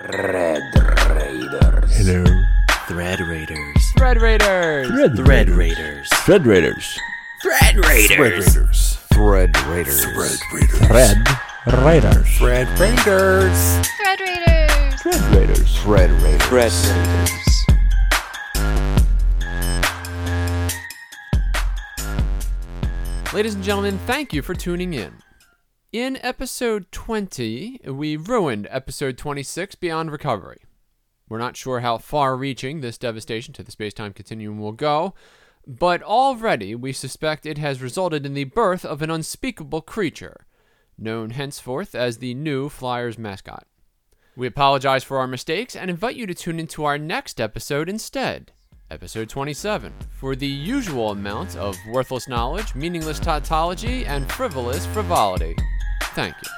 Red Raiders. Hello. Thread Raiders. Thread Raiders. Thread, Thread Raiders. Thread Raiders. Thread Raiders. Raiders. Thread Raiders. Thread Raiders. Thread Raiders. Thread Raiders. Thread Thread Raiders. Raiders. Thread Raiders. Thread Raiders. Ladies and gentlemen, thank you for tuning in. In episode 20, we ruined episode 26 Beyond Recovery. We're not sure how far reaching this devastation to the space time continuum will go, but already we suspect it has resulted in the birth of an unspeakable creature, known henceforth as the new Flyers mascot. We apologize for our mistakes and invite you to tune into our next episode instead, episode 27, for the usual amount of worthless knowledge, meaningless tautology, and frivolous frivolity. Thank you.